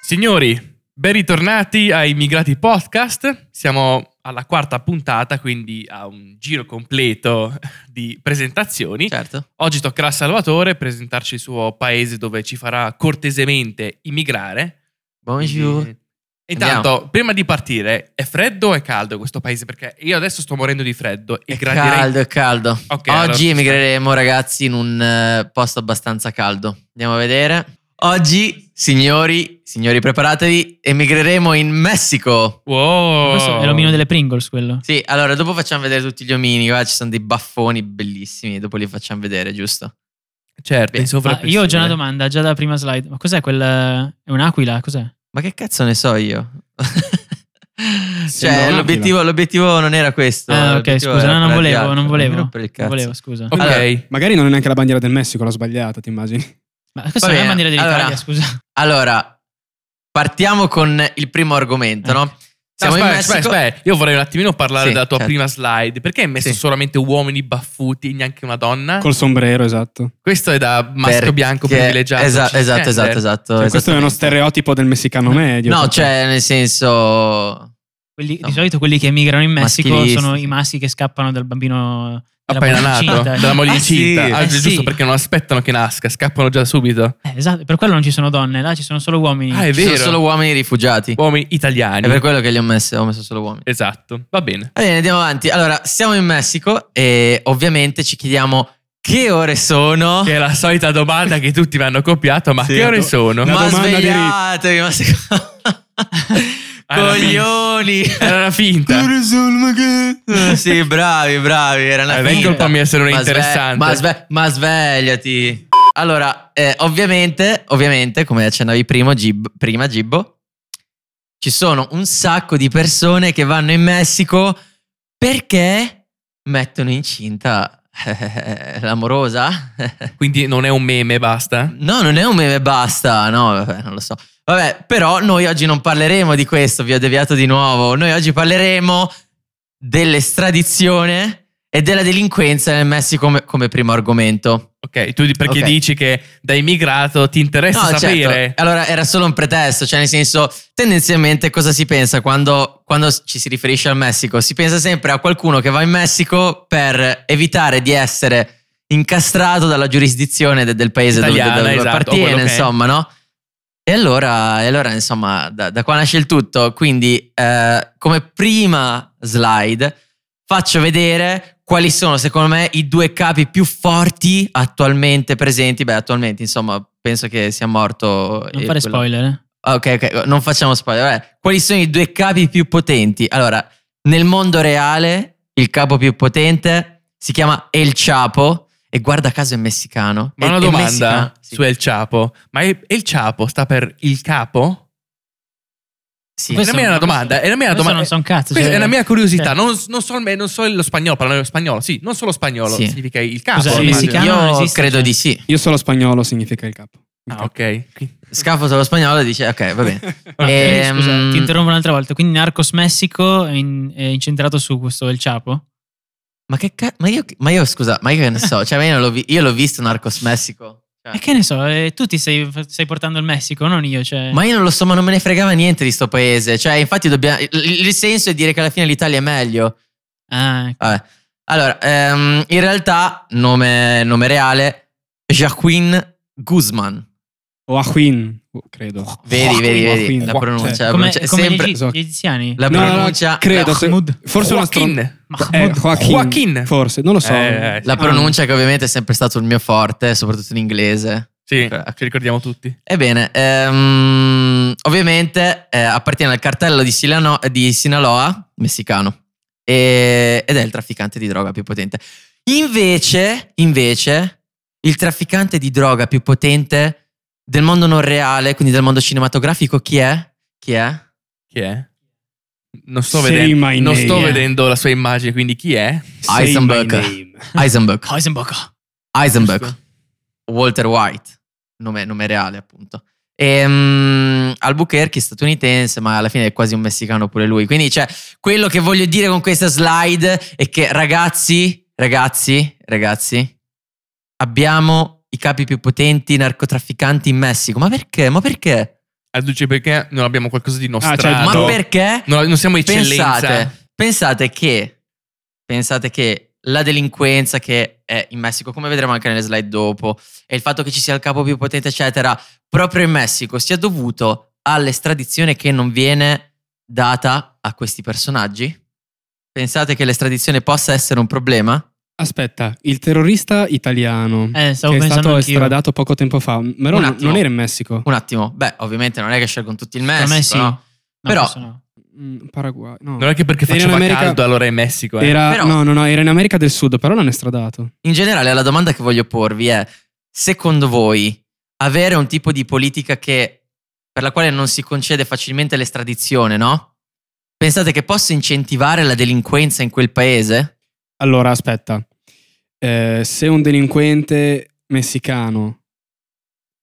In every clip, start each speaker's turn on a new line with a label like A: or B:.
A: Signori, ben ritornati a Immigrati Podcast. Siamo alla quarta puntata, quindi a un giro completo di presentazioni.
B: Certo.
A: Oggi toccherà a Salvatore presentarci il suo paese dove ci farà cortesemente immigrare.
B: Bonjour.
A: E- Intanto,
B: Andiamo.
A: prima di partire, è freddo o è caldo questo paese? Perché io adesso sto morendo di freddo e
B: È
A: gradirei...
B: caldo, è caldo.
A: Ok, allora ci
B: Oggi
A: sta.
B: emigreremo ragazzi in un eh, posto abbastanza caldo. Andiamo a vedere. Oggi, signori, signori preparatevi, emigreremo in Messico.
A: Wow.
C: Questo è l'omino delle Pringles quello.
B: Sì, allora dopo facciamo vedere tutti gli omini, qua ci sono dei baffoni bellissimi, dopo li facciamo vedere, giusto?
A: Certo,
B: Beh,
A: in
C: Ma Ah, io ho già una
A: sovrappressione.
B: Eh,
C: domanda, già dalla prima slide. Ma cos'è quel... È un'aquila? Cos'è?
B: Ma che cazzo ne so io?
D: Sembra
B: cioè,
D: un'aquila.
B: l'obiettivo, l'obiettivo non era questo.
C: Ah, ok,
B: l'obiettivo
C: scusa,
B: era
C: no, non
B: quella di
C: volevo,
B: altro.
C: non
B: Mi
C: volevo.
B: rompere il
C: Non
B: cazzo.
C: volevo, scusa.
A: Ok.
B: Allora-
D: Magari non è neanche la bandiera del Messico, l'ho sbagliata, ti immagini?
C: Ma questa
B: Va
C: è una
B: bene,
C: bandiera dell'Italia,
B: allora.
C: scusa.
B: Allora, partiamo con il primo argomento, no?
A: No,
B: Siamo in
A: aspetta,
B: Messico.
A: aspetta, aspetta. Io vorrei un attimino parlare
B: Sì,
A: della tua
B: certo.
A: prima slide. Perché hai messo
B: Sì.
A: solamente uomini baffuti, neanche una donna?
D: Col sombrero, esatto.
A: Questo è da maschio
B: Perché-
A: bianco privilegiato. Eh,
B: Esa-
A: cisgender.
B: esatto, esatto, esatto.
D: Cioè, questo è uno stereotipo del messicano medio.
B: No,
D: proprio.
B: cioè, nel senso...
C: Quelli-
B: No.
C: Di solito quelli che emigrano in Messico
B: Maschilisti,
C: sono
B: sì.
C: i maschi che scappano dal bambino della
A: Eh, Appena
C: moglie
A: nato,
C: incinta.
A: dalla moglie
B: Ah, sì,
A: incinta. Ah,
C: eh,
A: giusto
C: sì.
A: perché non aspettano che nasca, scappano già subito.
C: Eh, esatto, per quello non ci sono donne, là ci sono solo uomini.
A: Ah, è
B: Ci
A: vero.
B: sono solo uomini rifugiati.
A: Uomini
B: È
A: italiani.
B: per quello che li ho messi, ho messo solo uomini.
A: Esatto, va bene.
B: Va bene, andiamo avanti. Allora, siamo in Messico e ovviamente ci chiediamo che ore sono.
A: Che è la solita domanda che tutti mi hanno copiato, ma
B: Sì,
A: che ore
D: no.
A: sono?
D: Una
B: Ma
D: domanda di-
B: svegliatevi, ma secondo...
A: Alla fine.
B: Coglioni!
A: Era una finta.
B: sì, bravi, bravi. Era una
A: Eh, Non è
B: finta.
A: colpa mia se non è
B: Ma sve-
A: interessante.
B: Ma, sve- ma svegliati. Allora, eh, ovviamente, ovviamente, come accennavi prima, Gib- prima, Gibbo, ci sono un sacco di persone che vanno in Messico perché mettono incinta l'amorosa.
A: Quindi non è un meme, basta.
B: no, non è un meme, basta. No, vabbè, non lo so. Vabbè, però noi oggi non parleremo di questo, vi ho deviato di nuovo. Noi oggi parleremo dell'estradizione e della delinquenza nel Messico come- come primo argomento.
A: Ok, tu di- perché
B: Ok.
A: dici che da immigrato ti interessa
B: No,
A: sapere.
B: certo. Allora era solo un pretesto, cioè nel senso, tendenzialmente cosa si pensa quando, quando ci si riferisce al Messico? Si pensa sempre a qualcuno che va in Messico per evitare di essere incastrato dalla giurisdizione de- del paese dove-
A: Italiana,
B: dove, dove
A: esatto, o quello
B: appartiene,
A: che è.
B: insomma, no? E allora, e allora, insomma, da, da qua nasce il tutto. Quindi, eh, come prima slide, faccio vedere quali sono, secondo me, i due capi più forti attualmente presenti. Beh, attualmente, insomma, penso che sia morto.
C: non
B: eh,
C: fare
B: quello- Ah,
C: spoiler. eh.
B: Ok, ok, non facciamo spoiler. Vabbè, quali sono i due capi più potenti? Allora, nel mondo reale, il capo più potente si chiama El Chapo. E guarda caso è messicano.
A: Ma
B: È-
A: una
B: è
A: domanda
B: messicano, sì.
A: su El Chapo. Ma El El Chapo sta per il capo?
B: Sì.
A: Questa è una mia domanda, è una mia
C: questo
A: domanda.
C: non so un cazzo.
A: Questa
C: cioè-
A: è una mia curiosità.
C: cioè-
A: Non, non so, il- non so lo spagnolo, parlano lo spagnolo. Sì, non solo spagnolo,
B: Sì.
A: significa il capo. Sì,
C: Scusa, il
A: immagino.
C: messicano non
B: Io
C: esiste,
B: credo
C: cioè.
B: di sì.
D: Io solo spagnolo significa il capo. Il
A: Ah,
D: capo.
A: ok. Qui-
B: Scafo solo spagnolo dice ok, va bene.
C: Ah, quindi,
B: Ehm,
C: scusa, ti interrompo un'altra volta. Quindi Narcos Messico è, in- è incentrato su questo El Chapo?
B: Ma che cazzo? Ma io, ma io, scusa, ma io che ne so? Cioè, ma io, non l'ho vi- io l'ho visto Narcos Messico. Cioè,
C: E che ne so, eh, tu ti stai, stai portando il Messico, non io. Cioè.
B: Ma io non lo so, ma non me ne fregava niente di sto paese. Cioè, infatti, dobbiamo. il- Il, il senso è dire che alla fine l'Italia è meglio.
C: Ah,
B: Vabbè. Allora, ehm, in realtà, nome, nome reale, Joaquin Guzman.
D: O Ahuin, oh, credo.
B: Vedi, vedi, vedi.
D: Joaquin.
B: La pronuncia,
D: Cioè,
B: la
C: come,
B: pronuncia è
C: come
B: Eh, sempre.
C: gli, egi- gli egiziani?
B: La
D: No, no, no,
B: pronuncia.
D: credo. se-
C: Mahmoud.
D: forse una stro-
A: Joaquin.
D: Eh,
C: Mahmoud.
D: Joaquin,
A: Joaquin.
D: Forse, non lo so.
A: Eh,
D: Ah.
B: La pronuncia che ovviamente è sempre stato il mio forte, soprattutto in inglese.
A: Sì,
B: Ok.
A: ci ricordiamo tutti.
B: Ebbene, ehm, ovviamente eh, appartiene al cartello di, Silano- di Sinaloa, messicano, e- ed è il trafficante di droga più potente. Invece, invece, il trafficante di droga più potente del mondo non reale, quindi del mondo cinematografico, chi è? Chi è?
A: Chi è? Non sto,
D: Say
A: vedendo,
D: my
A: non
D: name.
B: eh.
A: sto vedendo la sua immagine, quindi chi è?
D: Say my
B: Heisenberg.
D: name.
B: Heisenberg.
C: Heisenberg.
B: Heisenberg.
A: Giusto.
B: Walter White, nome, nome reale appunto. Ehm, Albuquerque statunitense, ma alla fine è quasi un messicano pure lui. Quindi, cioè, quello che voglio dire con questa slide è che ragazzi, ragazzi, ragazzi, abbiamo i capi più potenti narcotrafficanti in Messico. Ma perché? Ma perché?
A: Aduce perché non abbiamo qualcosa di
D: cioè,
A: nostrano.
B: Ah, Ma
D: Tanto-
B: perché?
A: Ah, non, non siamo eccellenza.
B: Pensate, pensate che pensate che la delinquenza che è in Messico, come vedremo anche nelle slide dopo, e il fatto che ci sia il capo più potente, eccetera, proprio in Messico sia dovuto all'estradizione che non viene data a questi personaggi? Pensate che l'estradizione possa essere un problema?
D: Aspetta, il terrorista italiano
C: Eh, stavo
D: che è
C: pensando
D: stato
C: anch'io.
D: estradato poco tempo fa, però
B: Un
D: non-
B: attimo.
D: non era in Messico.
B: Un attimo, beh, ovviamente non è che scelgono tutti il
C: Per
B: Messico,
C: me Eh, sì.
B: no?
C: No,
B: Però-
C: questo no.
D: Mm, Paraguay. No.
A: Non è che perché
D: Era in
A: faceva
D: America-
A: caldo allora in Messico. eh.
D: Era,
B: Però-
D: no, no, no, era in America del Sud, però non è stradato.
B: In generale, la domanda che voglio porvi è: secondo voi avere un tipo di politica che, per la quale non si concede facilmente l'estradizione, no? Pensate che possa incentivare la delinquenza in quel paese?
D: Allora, aspetta. Eh, se un delinquente messicano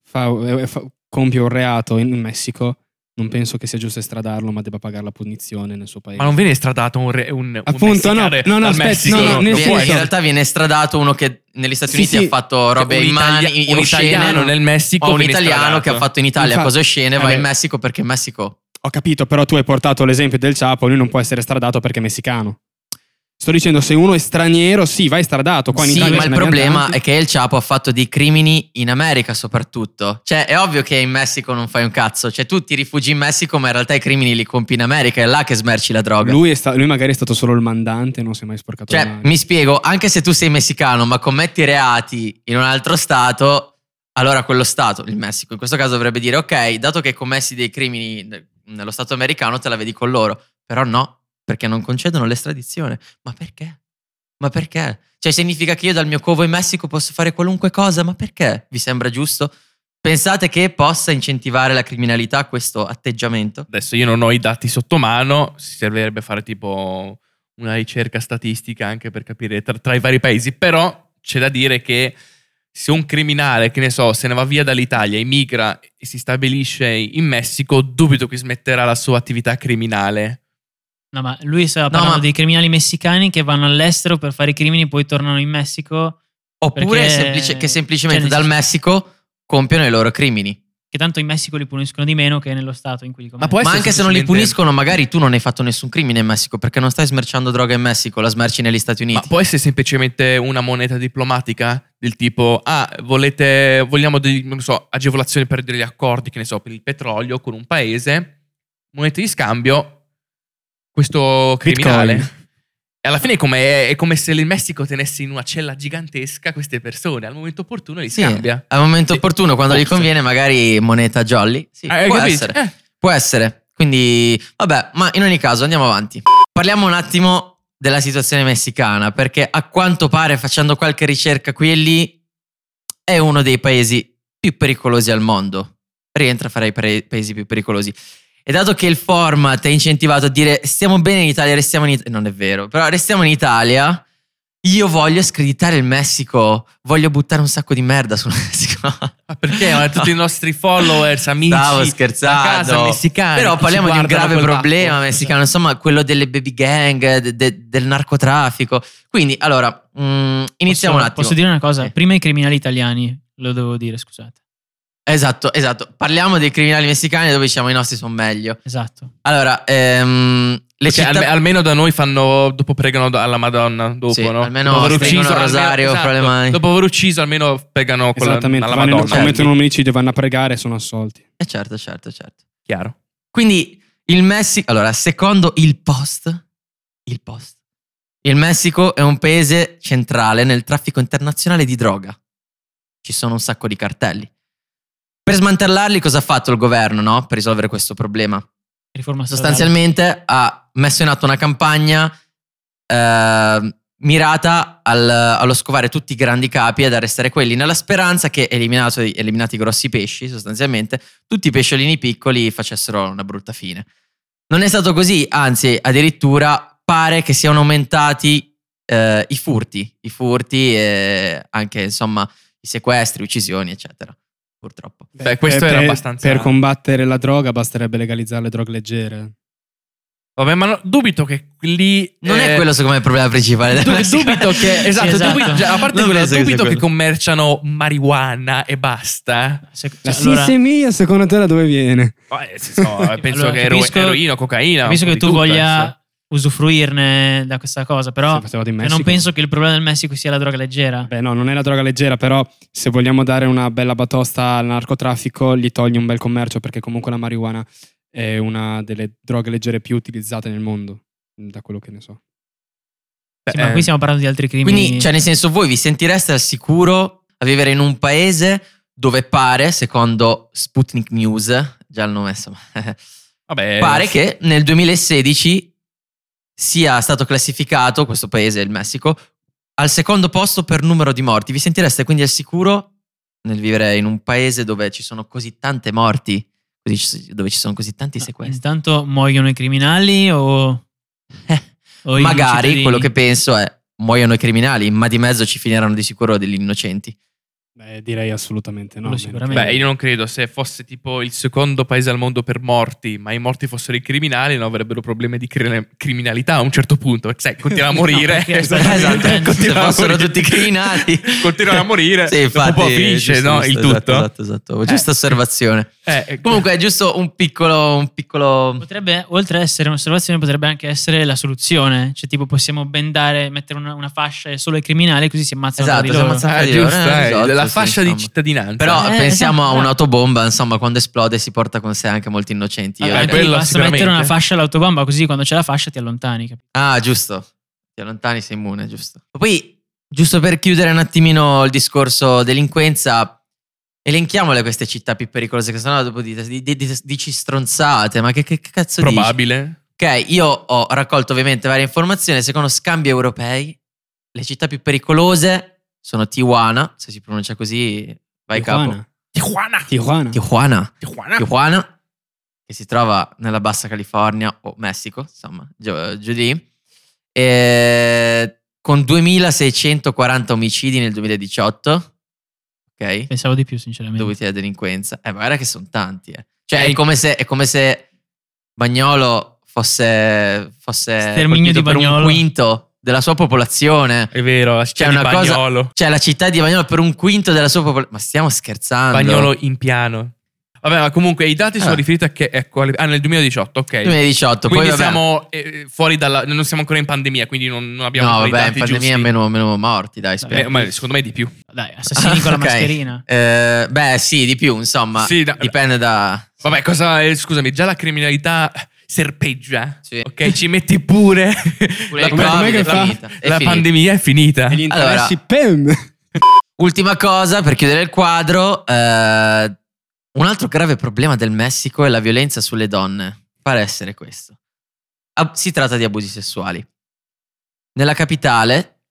D: fa- eh, fa- compie un reato in Messico, non penso che sia giusto estradarlo, ma debba pagare la punizione nel suo paese.
A: Ma non viene stradato un, re, un, un
D: Appunto,
A: messicano
D: no, no, no,
A: dal
D: aspetta,
A: Messico,
D: no, no,
A: non
D: nel
A: lo
B: Viene-
A: puoi.
D: senso-
B: in realtà viene estradato uno che negli Stati
D: Sì,
B: Uniti
D: sì.
B: ha fatto robe
A: Cioè, un,
B: in mani,
A: itali- un italiano nel Messico
B: o un
A: viene
B: italiano che ha
A: stradato.
B: fatto in Italia
D: Infatti-
B: cose oscene, va
A: Eh
B: in
A: beh.
B: Messico perché in Messico.
D: Ho capito, però tu hai portato l'esempio del Ciapo, lui non può essere stradato perché è messicano. Sto dicendo, se uno è straniero, sì, vai stradato. Esatto, Qua in
B: Sì,
D: Italia
B: ma
D: ce
B: il
D: ne abbiamo
B: problema
D: tanti.
B: è che il Chapo ha fatto dei crimini in America soprattutto. Cioè, è ovvio che in Messico non fai un cazzo. Cioè, tu ti rifugi in Messico, ma in realtà i crimini li compi in America. È là che smerci la droga.
D: lui, è sta- lui magari è stato solo il mandante, non si è mai sporcato le
B: cioè,
D: mani.
B: mi spiego, anche se tu sei messicano, ma commetti reati in un altro stato, allora quello stato, il Messico, in questo caso dovrebbe dire, ok, dato che commessi dei crimini ne- nello stato americano, te la vedi con loro. Però no, perché non concedono l'estradizione. Ma perché? Ma perché? Cioè, significa che io dal mio covo in Messico posso fare qualunque cosa, ma perché? Vi sembra giusto? Pensate che possa incentivare la criminalità questo atteggiamento?
A: Adesso io non ho i dati sotto mano, si servirebbe fare tipo una ricerca statistica anche per capire tra, tra i vari paesi, però c'è da dire che se un criminale, che ne so, se ne va via dall'Italia, immigra e si stabilisce in Messico, dubito che smetterà la sua attività criminale.
C: No, ma lui stava
B: No,
C: parlando
B: ma-
C: dei criminali messicani che vanno all'estero per fare i crimini, poi tornano in Messico.
B: Oppure
C: Perché-
B: semplice- che semplicemente
C: cioè, nel
B: dal
C: senso-
B: Messico compiono i loro crimini.
C: Che tanto in Messico li puniscono di meno che nello stato in cui li
A: Ma
C: commettono.
A: può
B: Ma
A: essere
B: anche se non li
A: semplicemente-
B: puniscono, magari tu non hai fatto nessun crimine in Messico perché non stai smerciando droga in Messico, la smerci negli Stati
A: Ma
B: Uniti.
A: può essere semplicemente una moneta diplomatica? Del tipo, ah, volete, vogliamo dei- non so, agevolazioni per degli accordi, che ne so, per il petrolio con un paese, moneta di scambio, questo criminale.
D: Bitcoin.
A: E alla fine è come, è come se il Messico tenesse in una cella gigantesca queste persone, al momento opportuno li
B: Sì,
A: scambia.
B: al momento
A: Sì.
B: opportuno, quando gli
A: Forse.
B: conviene, magari moneta jolly. Sì,
A: Eh,
B: può
A: capito?
B: essere.
A: Eh,
B: Può essere. Quindi, vabbè, ma in ogni caso andiamo avanti. Parliamo un attimo della situazione messicana, perché a quanto pare, facendo qualche ricerca qui e lì, è uno dei paesi più pericolosi al mondo. Rientra fra i pre- paesi più pericolosi. E dato che il format è incentivato a dire stiamo bene in Italia, restiamo in Italia, non è vero, però restiamo in Italia, io voglio screditare il Messico, voglio buttare un sacco di merda sul Messico.
A: ma perché? Ma tutti i nostri followers, amici,
B: Stavo
A: da
B: scherzando.
A: casa,
C: Ah,
A: messicani.
B: Però
A: che ci
B: parliamo di un
A: guardano
B: grave
A: col
B: problema
A: baffo.
B: messicano, insomma, quello delle baby gang, de- de- del narcotraffico. Quindi, allora, mm, iniziamo
C: Posso-
B: un attimo.
C: Posso dire una cosa?
B: Sì.
C: Prima i criminali italiani, lo devo dire, scusate.
B: Esatto, esatto. Parliamo dei criminali messicani dove diciamo i nostri sono meglio.
C: Esatto.
B: Allora, ehm, le
A: Cioè,
B: città...
A: alme- almeno da noi fanno. Dopo pregano alla Madonna. Dopo,
B: Sì,
A: no?
B: almeno
A: dopo aver
B: stringono il
A: almeno-
B: rosario fra le mani.
A: Dopo aver ucciso, almeno pregano con la,
D: Esattamente,
A: alla
D: vanno-
A: Madonna.
D: commettono un omicidio, vanno a pregare e sono assolti.
B: Eh, certo, certo, certo.
A: Chiaro.
B: Quindi il Messico, allora, secondo il Post, il Post, il Messico è un paese centrale nel traffico internazionale di droga. Ci sono un sacco di cartelli. Per smantellarli cosa ha fatto il governo, no? Per risolvere questo problema?
C: Riforma stradale.
B: Sostanzialmente ha messo in atto una campagna eh, mirata al- allo scovare tutti i grandi capi ed arrestare quelli, nella speranza che, eliminato- eliminati i grossi pesci, sostanzialmente, tutti i pesciolini piccoli facessero una brutta fine. Non è stato così, anzi, addirittura pare che siano aumentati eh, i furti, i furti e anche insomma i sequestri, uccisioni, eccetera. Purtroppo.
A: Beh, questo
D: Eh,
A: era
D: per-
A: abbastanza.
D: Per combattere la droga basterebbe legalizzare le droghe leggere.
A: Vabbè, ma no- dubito che lì...
B: Non è
A: eh,
B: quello secondo me il problema principale. del
A: du-
B: Messico.
A: dubito che... Esatto,
C: Sì, esatto.
A: dubito- cioè, a parte
B: Non
A: quello,
B: penso che sia
A: dubito che
B: quello.
A: commerciano marijuana e basta.
C: Se-
D: La
C: cioè, allora,
D: sissemia, secondo te, da dove viene?
A: Ma, eh, nel senso, eh, penso
C: Allora,
A: che ero-
C: capisco-
A: eroina, cocaina.
C: capisco
A: un po' di
C: che tu
A: tutto, eh,
C: voglia
A: insomma.
C: usufruirne da questa cosa, però
D: Se facevate in
C: cioè, non
D: Messico.
C: penso che il problema del Messico sia la droga leggera.
D: Beh, no, non è la droga leggera, però se vogliamo dare una bella batosta al narcotraffico, gli togli un bel commercio perché comunque la marijuana è una delle droghe leggere più utilizzate nel mondo, da quello che ne so.
C: Sì, ma
A: Eh,
C: qui stiamo parlando di altri crimini.
B: Quindi, cioè, nel senso, voi vi sentireste al sicuro a vivere in un paese dove pare, secondo Sputnik News, già l'hanno messo, ma-
A: vabbè,
B: pare che nel 2016 sia stato classificato questo paese, il Messico, al secondo posto per numero di morti. Vi sentireste quindi al sicuro nel vivere in un paese dove ci sono così tante morti, così ci- dove ci sono così tanti
C: Ma
B: sequestri?
C: Intanto muoiono i criminali o...
B: Eh,
C: o i
B: Magari
C: cittadini?
B: quello che penso è muoiono i criminali, ma di mezzo ci finiranno di sicuro degli innocenti.
D: Beh, direi assolutamente
C: Quello
D: no. a meno
C: sicuramente.
D: che-
A: Beh, io non credo, se fosse tipo il secondo paese al mondo per morti, ma i morti fossero i criminali, non avrebbero problemi di cri- criminalità a un certo punto. Sai, continuano a
C: No,
A: morire.
C: perché-
B: Esatto,
C: Se
A: continuano a
B: fossero
A: morire.
B: tutti criminali.
A: Continuano a morire.
B: Sì, infatti,
A: un po' finisce,
B: giusto,
A: no?
B: giusto,
A: il tutto.
B: Esatto, esatto, esatto. giusta osservazione.
A: Eh, ecco.
B: Comunque è giusto un piccolo, un piccolo...
C: Potrebbe, oltre a essere un'osservazione, potrebbe anche essere la soluzione. Cioè, tipo, possiamo bendare, mettere una, una fascia solo ai criminali, così si ammazzano
B: Esatto,
C: tra di
B: si
C: loro.
B: ammazzano.
A: Ah,
B: Eh,
A: giusto, eh,
B: esatto,
A: la
B: sì,
A: fascia di
B: insomma.
A: cittadinanza.
B: Però
C: Eh,
B: pensiamo
C: esatto,
B: a
C: no.
B: un'autobomba, insomma, quando esplode si porta con sé anche molti innocenti.
A: Vabbè,
B: Eh,
C: Anche lì
A: quello
C: basta mettere
A: sicuramente.
C: una fascia all'autobomba, così quando c'è la fascia ti allontani. cap-
B: Ah, giusto. Ti allontani, sei immune, giusto. Ma Poi, giusto per chiudere un attimino il discorso delinquenza, elenchiamole queste città più pericolose, che sennò dopo dite- di- di- dici, stronzate, ma che, che cazzo
A: probabile.
B: dici? Ok, io ho raccolto ovviamente varie informazioni, secondo scambi europei, le città più pericolose sono Tijuana, se si pronuncia così, vai capo.
A: Tijuana.
D: Tijuana. Tijuana.
B: Tijuana.
A: Tijuana.
B: Tijuana, che si trova nella Bassa California o Messico, insomma, giù, giù di lì, e con 2640 omicidi nel 2018, ok?
C: Pensavo di più, sinceramente.
B: Dovuti alla delinquenza. Eh, ma guarda che sono tanti, eh. Cioè,
A: Eh,
B: è come se, è come se Bagnolo fosse, fosse
C: Sterminio
B: colpito
C: di
B: per un
C: Bagnolo.
B: quinto della sua popolazione.
A: È vero, la città
B: C'è
A: di
B: una cosa-
A: Bagnolo.
B: Cioè, la città di Bagnolo per un quinto della sua popolazione. Ma stiamo scherzando?
A: Bagnolo in piano. Vabbè, ma comunque i dati sono
B: Ah.
A: riferiti a che... a quale- ah, nel 2018, ok.
B: 2018,
A: Quindi
B: poi vabbè.
A: siamo eh, fuori dalla... Non siamo ancora in pandemia, quindi non, non abbiamo
B: No,
A: ancora i
B: vabbè, in
A: dati
B: pandemia
A: giusti.
B: meno, meno morti, dai,
A: Eh,
B: spero.
A: ma secondo me di più.
C: Dai, assassini con la
B: Ok.
C: mascherina.
B: Eh, beh, sì, di più, insomma.
A: Sì, da-
B: Dipende da...
A: Vabbè, cosa... eh, scusami, già la criminalità serpeggia. eh.
B: Sì.
A: Ok, ci metti pure...
B: la,
A: la
D: come-
B: Covid,
D: com'è che
B: è
D: fa?
B: finita, è
A: la
B: finita.
A: pandemia è finita.
D: E gli
B: Allora-
D: interessi PEM.
B: Ultima cosa, per chiudere il quadro, eh, un altro grave problema del Messico è la violenza sulle donne. Pare essere questo. Ab- si tratta di abusi sessuali. Nella capitale,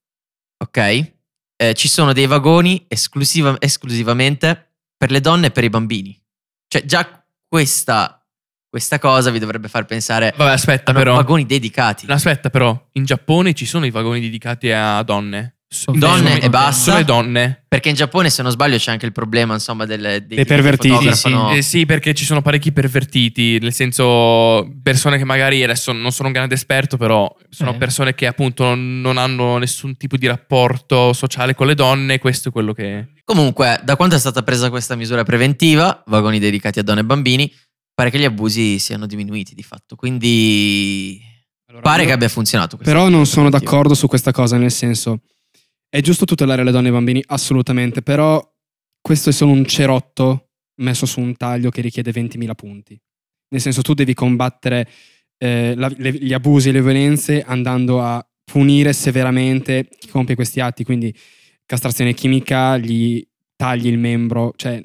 B: ok, eh, ci sono dei vagoni esclusiva- esclusivamente per le donne e per i bambini. Cioè già questa, questa cosa vi dovrebbe far pensare
A: Vabbè, aspetta
B: a
A: però.
B: vagoni dedicati.
A: Aspetta però, in Giappone ci sono i vagoni dedicati a donne. S-
C: Confermo,
B: Donne e
A: solo-
C: confermo.
B: basta.
A: Solo le donne.
B: Perché in Giappone, se non sbaglio, c'è anche il problema, insomma, delle, dei,
D: Dei pervertiti.
B: che
C: Sì,
B: fotografano-
A: Eh, sì, perché ci sono parecchi pervertiti, nel senso persone che magari adesso non sono un grande esperto, però sono
C: Eh.
A: persone che appunto non hanno nessun tipo di rapporto sociale con le donne, questo è quello che...
B: Comunque, da quando è stata presa questa misura preventiva, vagoni dedicati a donne e bambini, pare che gli abusi siano diminuiti di fatto. Quindi pare che abbia funzionato. questa
D: Però non
B: misura
D: sono
B: preventiva.
D: d'accordo su questa cosa, nel senso è giusto tutelare le donne e i bambini, assolutamente, però questo è solo un cerotto messo su un taglio che richiede 20.000 punti. Nel senso tu devi combattere eh, la- le- gli abusi e le violenze andando a punire severamente chi compie questi atti, quindi castrazione chimica, gli tagli il membro, cioè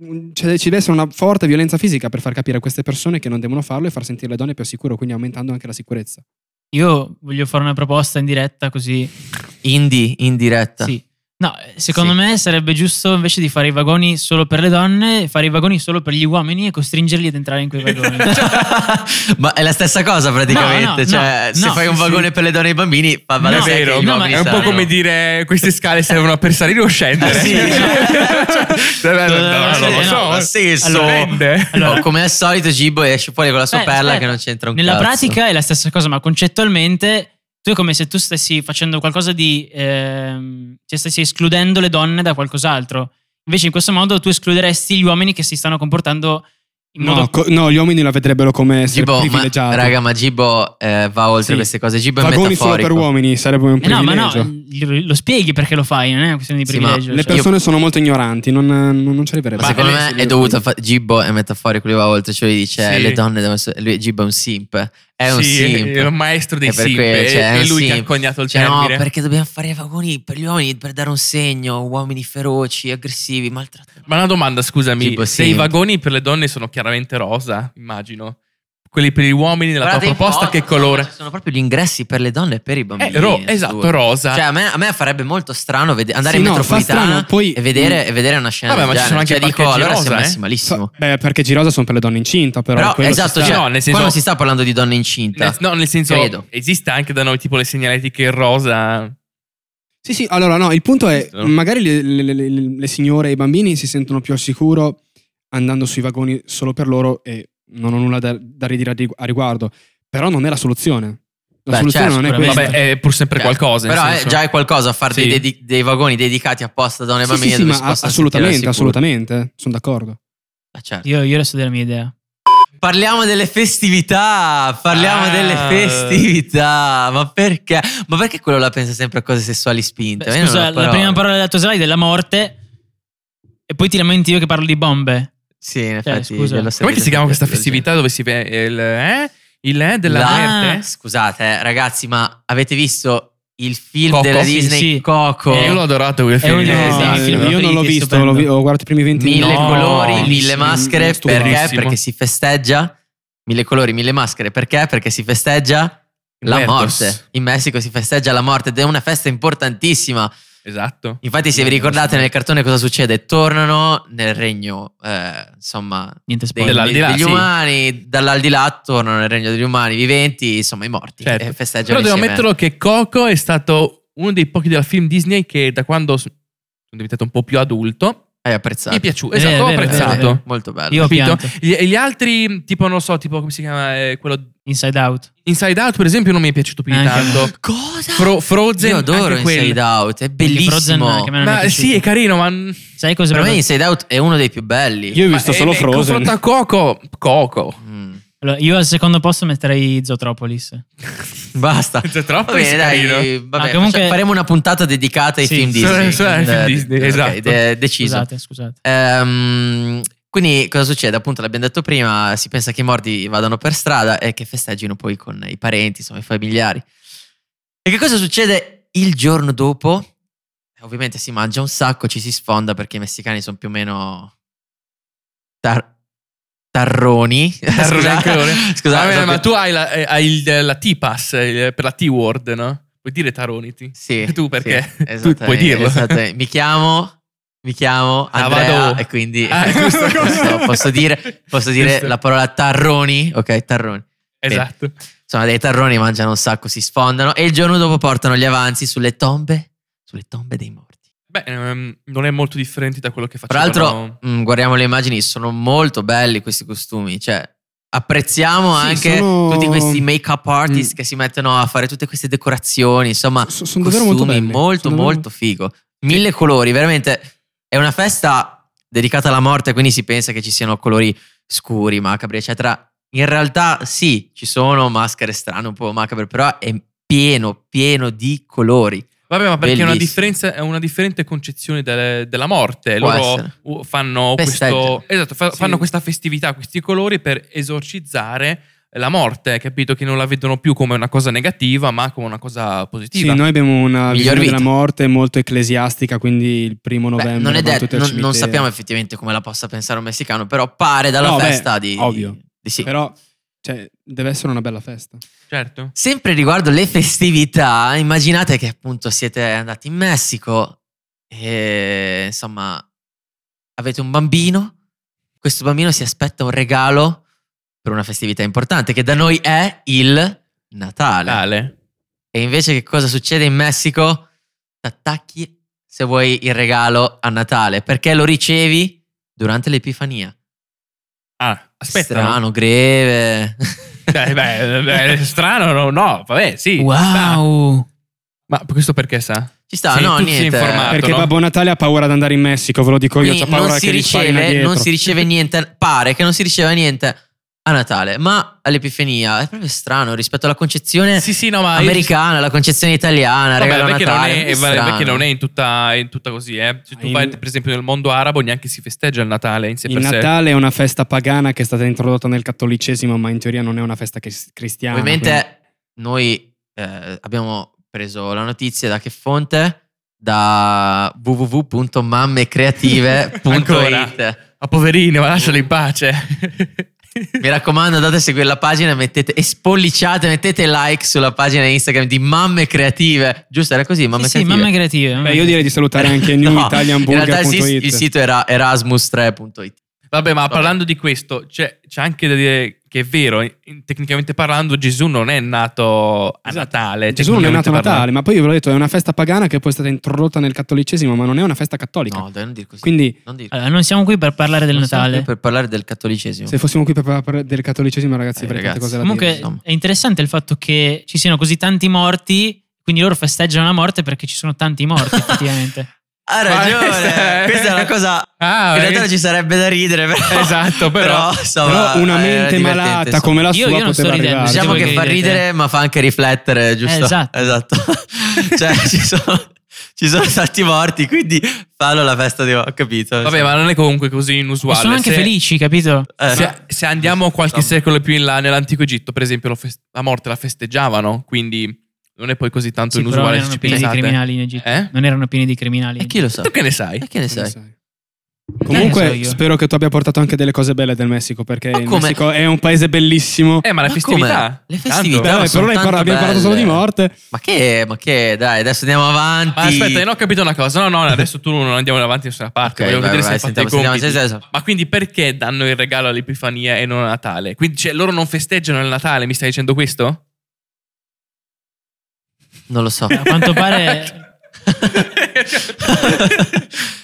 D: un- cioè, ci deve essere una forte violenza fisica per far capire a queste persone che non devono farlo e far sentire le donne più sicure, quindi aumentando anche la sicurezza.
C: Io voglio fare una proposta in diretta, così.
B: Indie, in diretta.
C: Sì. No, eh, secondo
B: Sì.
C: me sarebbe giusto invece di fare i vagoni solo per le donne, fare i vagoni solo per gli uomini e costringerli ad entrare in quei vagoni.
B: ma è la stessa cosa praticamente.
C: No, no,
B: cioè,
C: no,
B: se
C: no,
B: fai un
C: sì,
B: vagone
C: sì.
B: per le donne e i bambini, fa
A: Ma
B: vale
A: è
B: sé che
A: vero,
B: gli
C: no,
B: uomini
A: è un po'
B: sanno.
A: come dire queste scale servono per salire o scendere.
B: Eh, sì.
A: Cioè, no, no, non lo
C: Eh, no,
A: so.
B: ma sì, so.
A: Dipende.
B: No, come al solito Gibbo esce fuori con la sua
C: Aspetta,
B: perla
C: Eh, aspetta.
B: che non c'entra un
C: Nella
B: cazzo.
C: pratica è la stessa cosa, ma concettualmente tu è come se tu stessi facendo qualcosa di... ehm, cioè stessi escludendo le donne da qualcos'altro. Invece in questo modo tu escluderesti gli uomini che si stanno comportando in
D: No,
C: modo...
D: co- no, gli uomini la vedrebbero come essere
B: Gibbo, ma,
D: privilegiati.
B: raga, ma Gibbo eh, va oltre
D: Sì.
B: queste cose. Gibbo è
D: Vagoni solo
B: metaforico.
D: per uomini sarebbe un
C: Eh no,
D: privilegio.
C: ma no, lo lo spieghi perché lo fai, non è una questione di
B: Sì, ma
C: privilegio.
D: Le
C: cioè.
D: persone sono molto ignoranti, non, non, non ci eh,
B: Ma
D: arriverebbero.
A: Ma
B: secondo
A: lei
B: me
A: si
B: è
A: deve-
B: dovuto. a fa- Gibbo è metaforico, lui va oltre, cioè lui dice
A: Sì.
B: le donne devono essere. Lui, Gibbo è un simp. È un
A: Sì,
B: simp.
A: è un maestro dei
B: È per
A: simp,
B: quello,
A: è-
B: cioè,
A: è
B: un
A: lui che ha
B: simp.
A: coniato il
B: Cioè, No,
A: termine.
B: perché dobbiamo fare i vagoni per gli uomini per dare un segno, uomini feroci, aggressivi, maltrattati.
A: Ma una domanda, scusami,
B: Tipo,
A: se
B: sì.
A: i vagoni per le donne sono chiaramente rosa, immagino, quelli per gli uomini nella
B: Guardate
A: tua
B: un po',
A: proposta che colore?
B: Sono, proprio gli ingressi per le donne e per i bambini.
A: Eh, ro-
B: su.
A: esatto, rosa.
B: Cioè, a me, a me farebbe molto strano vede- andare
D: Sì,
B: in
D: no, fa
B: metropolitana
D: strano, poi-
B: e, vedere, e vedere una scena
A: Mm. Vabbè,
B: del
A: ma ci sono anche
B: genere. Cioè,
A: i
B: dico,
A: parcheggi
B: allora siamo
A: rosa,
B: messi
A: eh?
B: malissimo.
D: Beh, perché Girosa sono per le donne incinta, però.
B: Però,
D: quello
B: esatto, cioè,
D: ci sta.
A: No, nel senso-
B: qua non si sta parlando di donne incinta.
A: Nel- no, nel senso,
B: Credo.
A: esiste anche da noi tipo le segnaletiche rosa.
D: Sì, sì, allora no, il punto è,
B: Esatto.
A: Giusto.
D: magari le, le- le- le- le signore e i bambini si sentono più al sicuro andando sui vagoni solo per loro e non ho nulla da, da ridire a rigu- a riguardo, però non è la soluzione. La
B: Beh,
D: soluzione
B: certo,
D: non è questa.
A: Vabbè, è pur sempre
B: Certo.
A: eh, qualcosa. nel
B: Però è
A: senso.
B: già è qualcosa fare
A: Sì.
B: dei, dedi- dei vagoni dedicati apposta a donne e
D: Sì,
B: bambini
D: sì, sì,
B: dove
D: ma
B: si possono
D: assolutamente,
B: sentire sicuri.
D: assolutamente, sono d'accordo.
B: Ah, certo.
C: Io, io adesso della mia idea.
B: Parliamo delle festività, parliamo
A: Ah.
B: delle festività, ma perché? Ma perché quello la pensa sempre a cose sessuali spinte?
C: Beh,
B: Cioè, Io non ho
C: scusa, la
B: parole.
C: prima parola della tua slide è la morte e poi ti lamenti io che parlo di bombe.
B: Sì, in effetti.
C: scusa.
B: glielo
A: Com'è che si chiama
B: sapete
A: questa
B: del
A: festività
B: genere.
A: dove si vede il... Eh? Il eh, della
B: La-
A: merda?
B: Scusate, eh, ragazzi, ma avete visto il film
A: Coco?
B: della
A: Sì,
B: Disney
C: sì.
B: Coco?
A: Eh, io l'ho adorato quel
C: È
A: film.
C: un-
A: Eh,
C: no,
A: sì,
C: sì,
A: sì,
C: no.
B: esatto.
D: io non l'ho
C: Bellissimo,
D: visto, l'ho, vi-
C: stupendo.
D: ho guardato i primi 20
B: mille
A: No.
B: colori, mille
D: Bellissimo,
B: maschere,
D: stupendo.
B: perché?
A: Bellissimo.
B: Perché si festeggia? Mille colori, mille maschere, perché? Perché si festeggia la
A: Muertos.
B: morte. In Messico si festeggia la morte ed è una festa importantissima.
A: Esatto.
B: Infatti, se vi ricordate nel cartone cosa succede, tornano nel regno, eh, insomma, dei-
C: Niente spoiler.
A: Dell'aldilà,
B: degli
A: sì.
B: umani, dall'aldilà tornano nel regno degli umani viventi, insomma, i morti.
A: Certo.
B: E
A: Però
B: festeggiano
A: devo
B: insieme.
A: ammetterlo che Coco è stato uno dei pochi del film Disney che da quando s- sono diventato un po' più adulto
B: Hai
A: mi
B: apprezzato.
A: è piaciuto.
C: Eh,
A: Esatto,
C: è
A: ho
C: vero, è
A: apprezzato.
C: vero, è vero.
B: Molto bello.
C: Io ho
A: Capito?
C: pianto.
A: Gli, gli altri, tipo, non so, tipo, come si chiama? eh, quello
C: Inside Out.
A: Inside Out, per esempio, non mi è piaciuto più di
C: Ah, Anche a me.
A: tanto.
B: Cosa?
A: Fro- Frozen,
B: Io adoro
A: anche quello.
B: Inside Out, è
C: Frozen,
B: bellissimo.
C: che a me non è
A: Ma
C: piaciuto.
A: sì, è carino, ma
C: Sai cosa
B: Per me
C: proprio-
B: Inside Out è uno dei più belli.
D: Io ho visto solo Frozen.
A: Confronto a Coco, Coco.
B: Mm.
C: Allora, io al secondo posto metterei Zootropolis.
B: Basta.
A: Cioè, troppo
B: Va bene, dai,
A: carino.
B: vabbè,
C: Ma comunque-
B: faccia- faremo una puntata dedicata ai
C: Sì,
B: film
C: sì,
B: Disney.
C: sì, sì, ai
A: film
B: Eh,
A: Disney,
B: ok,
A: esatto.
B: de- deciso.
C: Scusate, scusate.
B: Ehm, quindi cosa succede? Appunto, l'abbiamo detto prima, si pensa che i morti vadano per strada e che festeggino poi con i parenti, insomma, i familiari. E che cosa succede il giorno dopo? Eh, Ovviamente si mangia un sacco, ci si sfonda perché i messicani sono più o meno tar- tarroni.
A: Scusate,
B: Scusate,
A: Vabbè,
C: esatto.
B: sono
A: ma
B: più-
A: tu hai la, eh, hai il- la T-Pass eh, per la T-Word, no? Puoi dire Taroniti.
B: Sì.
A: Tu perché?
B: sì,
A: Tu
B: esattamente,
A: puoi dirlo.
B: esattamente. Mi chiamo, mi chiamo
A: Ah,
B: Andrea
A: vado.
B: e quindi
A: Ah, giusto,
B: posso,
A: giusto.
B: posso dire, posso dire
A: Giusto.
B: la parola tarroni, ok? Tarroni.
A: Esatto.
B: Insomma, dei tarroni mangiano un sacco, si sfondano e il giorno dopo portano gli avanzi sulle tombe, sulle tombe dei morti.
A: Beh, ehm, non è molto differente da quello che
B: Tra
A: facevano.
B: l'altro, mh, guardiamo le immagini, sono molto belli questi costumi, cioè apprezziamo
D: Sì,
B: anche
D: sono-
B: tutti questi make-up artist
D: Mm.
B: che si mettono a fare tutte queste decorazioni, insomma,
D: So- sono davvero molto
B: costumi
D: belli.
B: molto,
D: sono davvero-
B: molto figo. Mille colori, veramente è una festa dedicata alla morte, quindi si pensa che ci siano colori scuri, macabri, eccetera. In realtà sì, ci sono maschere strane, un po' macabre, però è pieno, pieno di colori.
A: Vabbè, ma perché è una,
B: Bellissimo.
A: differenza, è una differente concezione delle- della morte.
B: Può
A: Loro
B: essere.
A: uh, fanno,
B: Festeggiano.
A: questo, esatto, fa-
D: Sì.
A: fanno questa festività, questi colori per esorcizzare la morte, capito? Che non la vedono più come una cosa negativa, ma come una cosa
D: Sì,
A: positiva.
D: noi abbiamo una
B: Miglior
D: visione
B: vita.
D: della morte molto ecclesiastica, quindi il primo
B: Beh,
D: novembre
B: non è
D: vanno
B: detto,
D: tutti al
B: non, non
D: cimitero.
B: sappiamo effettivamente come la possa pensare un messicano, però pare dalla
D: No, beh,
B: festa di...
D: ovvio.
B: di sì.
D: Però cioè, deve essere una bella festa.
A: Certo.
B: Sempre riguardo le festività, immaginate che appunto siete andati in Messico E, insomma, avete un bambino, questo bambino si aspetta un regalo per una festività importante che da noi è il Natale.
A: Ale.
B: E invece che cosa succede in Messico? T'attacchi se vuoi il regalo a Natale, perché lo ricevi durante l'Epifania.
A: Ah, aspetta.
B: Strano, greve.
A: Eh, beh, beh, strano, no, no, vabbè, sì. sta.
C: Wow.
A: Ma questo perché sa?
B: Ci sta,
A: Sei-
B: no,
A: tu sei
B: niente.
A: informato.
D: Perché
A: no?
D: Babbo Natale ha paura di andare in Messico, ve lo dico io.
B: Quindi
D: C'ha
B: non
D: paura
B: si
D: che gli sparino
B: riceve,
D: dietro.
B: non si riceve niente, pare che non si riceva niente a Natale, ma all'Epifania è proprio strano rispetto alla concezione
A: Sì, sì, no, ma... io-
B: americana, alla concezione italiana,
A: Vabbè,
B: regalo a
A: perché,
B: Natale.
A: non è,
B: è
A: vabbè,
B: strano.
A: perché non è in tutta, in tutta così, eh. Se tu
D: In-
A: vai, per esempio, nel mondo arabo neanche si festeggia il Natale in sé
D: Il
A: per sé.
D: Natale è una festa pagana che è stata introdotta nel cattolicesimo, ma in teoria non è una festa chris- cristiana. quindi-
B: Ovviamente noi eh, abbiamo preso la notizia da che fonte? Da www.mammecreative.it.
A: Ma poverino, ma lascialo in pace.
B: Mi raccomando, andate a seguire la pagina, mettete e spolliciate, mettete like sulla pagina Instagram di Mamme Creative. Giusto, era così, Mamme
C: Sì, sì,
B: Creative.
C: mamme creative.
D: Beh, io direi di salutare anche
B: Mm. No, In realtà
D: newitalianburger.it.
B: il, il sito era erasmus3.it.
A: Vabbè, ma parlando di questo, c'è, c'è anche da dire che è vero, in- tecnicamente parlando, Gesù non è nato a
D: Esatto.
A: Natale.
D: Gesù non è nato
A: tecnicamente
D: a Natale,
A: parlando.
D: ma poi io ve l'ho detto, è una festa pagana che poi è stata introdotta nel cattolicesimo, ma non è una festa cattolica.
B: No, dai, non dire così.
D: Quindi
B: non dire-
C: Allora, non siamo qui per parlare eh, del
B: Non siamo
C: Natale.
B: qui Per parlare del cattolicesimo.
D: se fossimo qui per parlare del cattolicesimo, ragazzi,
B: Eh,
D: avrei tante
B: ragazzi.
D: cose da
C: Comunque
D: dire.
B: insomma.
C: è interessante il fatto che ci siano così tanti morti, quindi loro festeggiano la morte perché ci sono tanti morti effettivamente.
B: Ha
A: Ma questa
B: ragione.
A: è-
B: Questa è una cosa.
A: Ah,
B: In realtà
A: eh,
B: non ci sarebbe da ridere, però.
A: Esatto, però-
B: insomma,
D: Però
B: eh, era
D: una mente
B: divertente,
D: malata
B: insomma.
D: come la
C: Io-
D: sua
C: io non sto
D: poteva
C: ridendo,
D: arrivare. Cioè,
B: Diciamo
C: voi
B: che
C: Ah, che
B: fa
C: ridete.
B: ridere, ma fa anche riflettere, giusto?
C: Eh, esatto.
B: cioè, ci sono, ci sono tanti morti, quindi fallo la festa di. Ho capito.
A: Vabbè, ma non è comunque così
C: E
A: inusuale.
C: sono anche
A: Se-
C: felici, capito?
B: Eh,
A: Se, se andiamo qualche
B: Insomma.
A: secolo più in là, nell'antico Egitto, per esempio, lo fes- la morte la festeggiavano, quindi non è poi così tanto
C: Sì, però non
A: inusuale se
C: erano
A: ci
C: pieni di
A: pensate.
C: criminali in Egitto.
A: Eh?
C: Non erano pieni di criminali.
B: E chi lo sa?
A: Tu che ne sai?
B: E che ne sai?
C: Che
D: Comunque,
C: ne so io.
D: spero che tu abbia portato anche delle cose belle del Messico, perché
B: Ma
D: il
B: come?
D: Messico è un paese bellissimo.
A: Eh, ma la
B: Ma
A: festività.
B: com'è? Le festività.
D: Beh,
A: Tanto.
B: però
D: vabbè,
B: sono
D: per ora
B: tanto
D: abbiamo parlato solo di
B: belle.
D: morte.
B: Ma che, ma che, dai, adesso andiamo avanti.
A: Ma aspetta, io non ho capito una cosa. No, no, adesso tu non andiamo avanti da nessuna parte.
B: Ok,
A: Volevo
B: vai,
A: vedere
B: vai,
A: se hai fatto
B: sentiamo-
A: i
B: sentiamo-
A: compiti.
B: sentiamo- sentiamo.
A: Ma quindi perché danno il regalo all'Epifania e non a Natale? Quindi cioè, loro non festeggiano il Natale, mi stai dicendo questo?
B: Non lo so.
C: A quanto pare...
A: Andiamo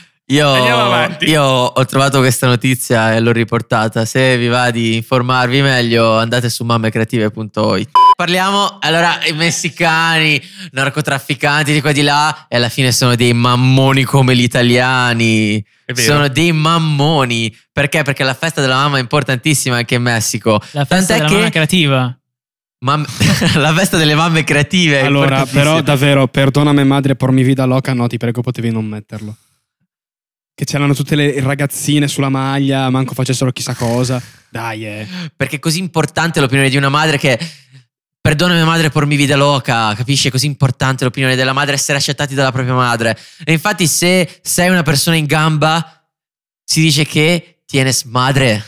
B: Io,
A: avanti.
B: io ho trovato questa notizia e l'ho riportata. Se vi va di informarvi meglio, andate su mammecreative.it. Parliamo allora i messicani, narcotrafficanti di qua e di là, e alla fine sono dei mammoni come gli italiani.
A: È vero.
B: Sono dei mammoni. Perché? Perché la festa della mamma è importantissima anche in Messico.
C: La
B: Tant'è
C: festa della
B: che-
C: mamma creativa.
B: Mam- la festa delle mamme creative. è
D: Allora,
B: importantissima.
D: però, davvero, perdonami madre por mi vida loca, no, ti prego, potevi non metterlo. Che c'erano tutte le ragazzine sulla maglia, manco facessero chissà cosa. Dai, eh.
B: perché è così importante l'opinione di una madre che perdona mia madre por mi vida loca, capisci? È così importante l'opinione della madre essere accettati dalla propria madre. E infatti se sei una persona in gamba si dice che tienes madre.